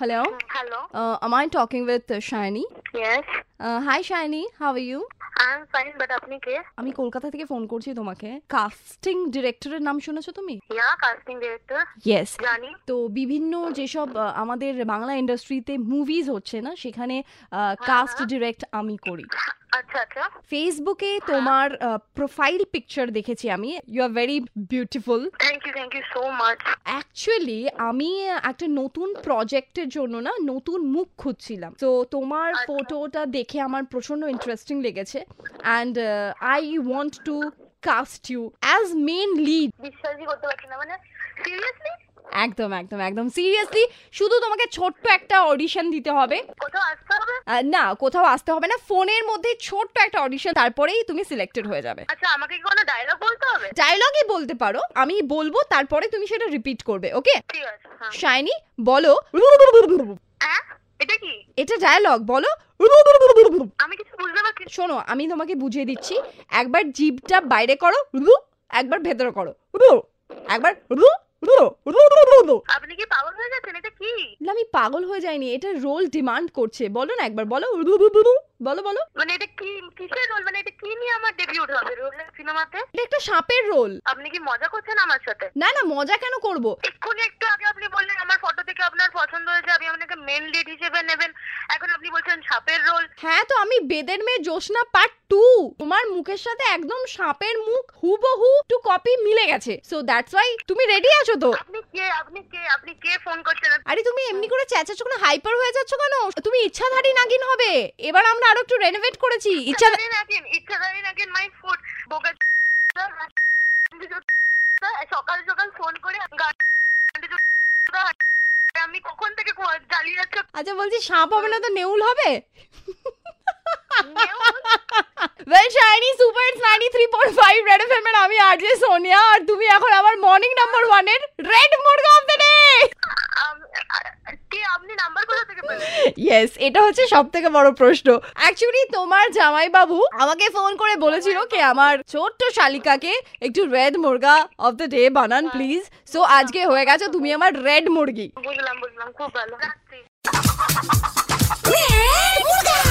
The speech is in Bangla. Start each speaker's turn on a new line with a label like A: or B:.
A: Hello.
B: Hello.
A: Uh, am I talking with uh, Shiny?
B: Yes.
A: Uh, hi, Shiny. How are you?
B: I'm fine, but আপনি কে?
A: আমি কলকাতা থেকে ফোন করছি তোমাকে কাস্টিং ডিরেক্টরের নাম শুনেছো তুমি
B: Yeah, casting director.
A: ইয়েস
B: জানি.
A: তো বিভিন্ন যেসব আহ, আমাদের বাংলা ইন্ডাস্ট্রিতে মুভিজ হচ্ছে না সেখানে uh,
B: हाँ,
A: কাস্ট ডিরেক্ট আমি করি
B: আচ্ছা আচ্ছা.
A: ফেসবুকে তোমার প্রোফাইল পিকচার দেখেছি আমি you are very beautiful
B: Thank you, thank you so much.
A: Actually আমি একটা নতুন প্রজেক্টের জন্য না নতুন মুখ খুঁজছিলাম তো তোমার
B: আচ্ছা।
A: ফটোটা দেখে আমার প্রচন্ড ইন্টারেস্টিং লেগেছে uh, and I want to cast you as main lead
B: বিশ্বাসই করতে পারছি না মানে সিরিয়াসলি
A: একদম একদম একদম সিরিয়াসলি শুধু তোমাকে ছোট্ট একটা অডিশন দিতে হবে
B: কোথাও আসতে হবে
A: আহ, না কোথাও আসতে হবে না ফোনের মধ্যে ছোট্ট একটা অডিশন তারপরেই তুমি সিলেক্টেড হয়ে যাবে
B: আচ্ছা আমাকে কি কোনো ডায়লগ বলতে হবে
A: ডায়লগে বলতে পারো আমি বলবো তারপরে তুমি সেটা রিপিট করবে ওকে
B: ঠিক আছে হ্যাঁ
A: শাইনি বলো
B: হ্যাঁ এটা কি
A: এটা ডায়লগ বলো
B: আমি কিছু বুঝতে পারছি না।
A: শোনো আমি তোমাকে বুঝিয়ে দিচ্ছি একবার জিভটা বাইরে করো রু একবার ভেতরে করো রু একবার রু রু রু রু রু রু।
B: আপনি কি পাগল হয়ে গেছেন এটা কি
A: না আমি পাগল হয়ে যাইনি এটা রোল ডিমান্ড করছে বলো না একবার বলো রু রু রু রু। বলো বলো
B: মানে এটা কি কিসের রোল মানে এটা কি নিয়ে আমার ডেবিউট হবে রোল সিনেমাতে
A: এটা একটা সাপের রোল
B: আপনি কি মজা করছেন আমার সাথে
A: না না মজা কেন করব
B: এক্ষুনি একটু আগে আপনি বললেন আমার ফটো থেকে আপনার পছন্দ হয়েছে আপনি আপনাকে মেন লিড হিসেবে নেবেন এখন আপনি বলছেন সাপের রোল
A: হ্যাঁ তো আমি বেদের মেয়ে জোসনা পার্ট টু তোমার মুখের সাথে একদম সাপের মুখ হুবহু টু কপি মিলে গেছে সো দ্যাটস ওয়াই তুমি রেডি আছো তো
B: আপনি কে আপনি কে আপনি কে ফোন করছেন
A: আরে তুমি এমনি করে চেঁচাচ্ছ কেন হাইপার হয়ে যাচ্ছ কেন তুমি ইচ্ছাধারী নাগিন হবে এবার আমরা আরো একটু রেনোভেট করেছি ইচ্ছা
B: ইচ্ছাধারী নাগিন ইচ্ছাধারী নাগিন মাই ফুড বোকা সকাল সকাল ফোন করে গা- আমি কখন থেকে কো- জ্বালিয়ে যাচ্ছি
A: আচ্ছা বলছি সাপ হবে না তো নেউল হবে well shiny super ninety three point five red F এর আমি আরজে সোনিয়া আর তুমি এখন আমার মর্নিং নাম্বার ওয়ান এর red mood of the day
B: আম- আ- কে আপনি নাম্বার কোথা থেকে পেলেন
A: ইয়েস এটা হচ্ছে সব থেকে বড় প্রশ্ন অ্যাকচুয়ালি তোমার জামাইবাবু আমাকে ফোন করে বলেছিল কি আমার ছোট্ট শালিকাকে একটু রেড মুরগা অফ দ্য ডে বানান প্লিজ সো আজকে হয়ে গেছে তুমি আমার রেড মুরগি
B: বুঝলাম বুঝলাম খুব ভালো রাখছি
C: Red Muda.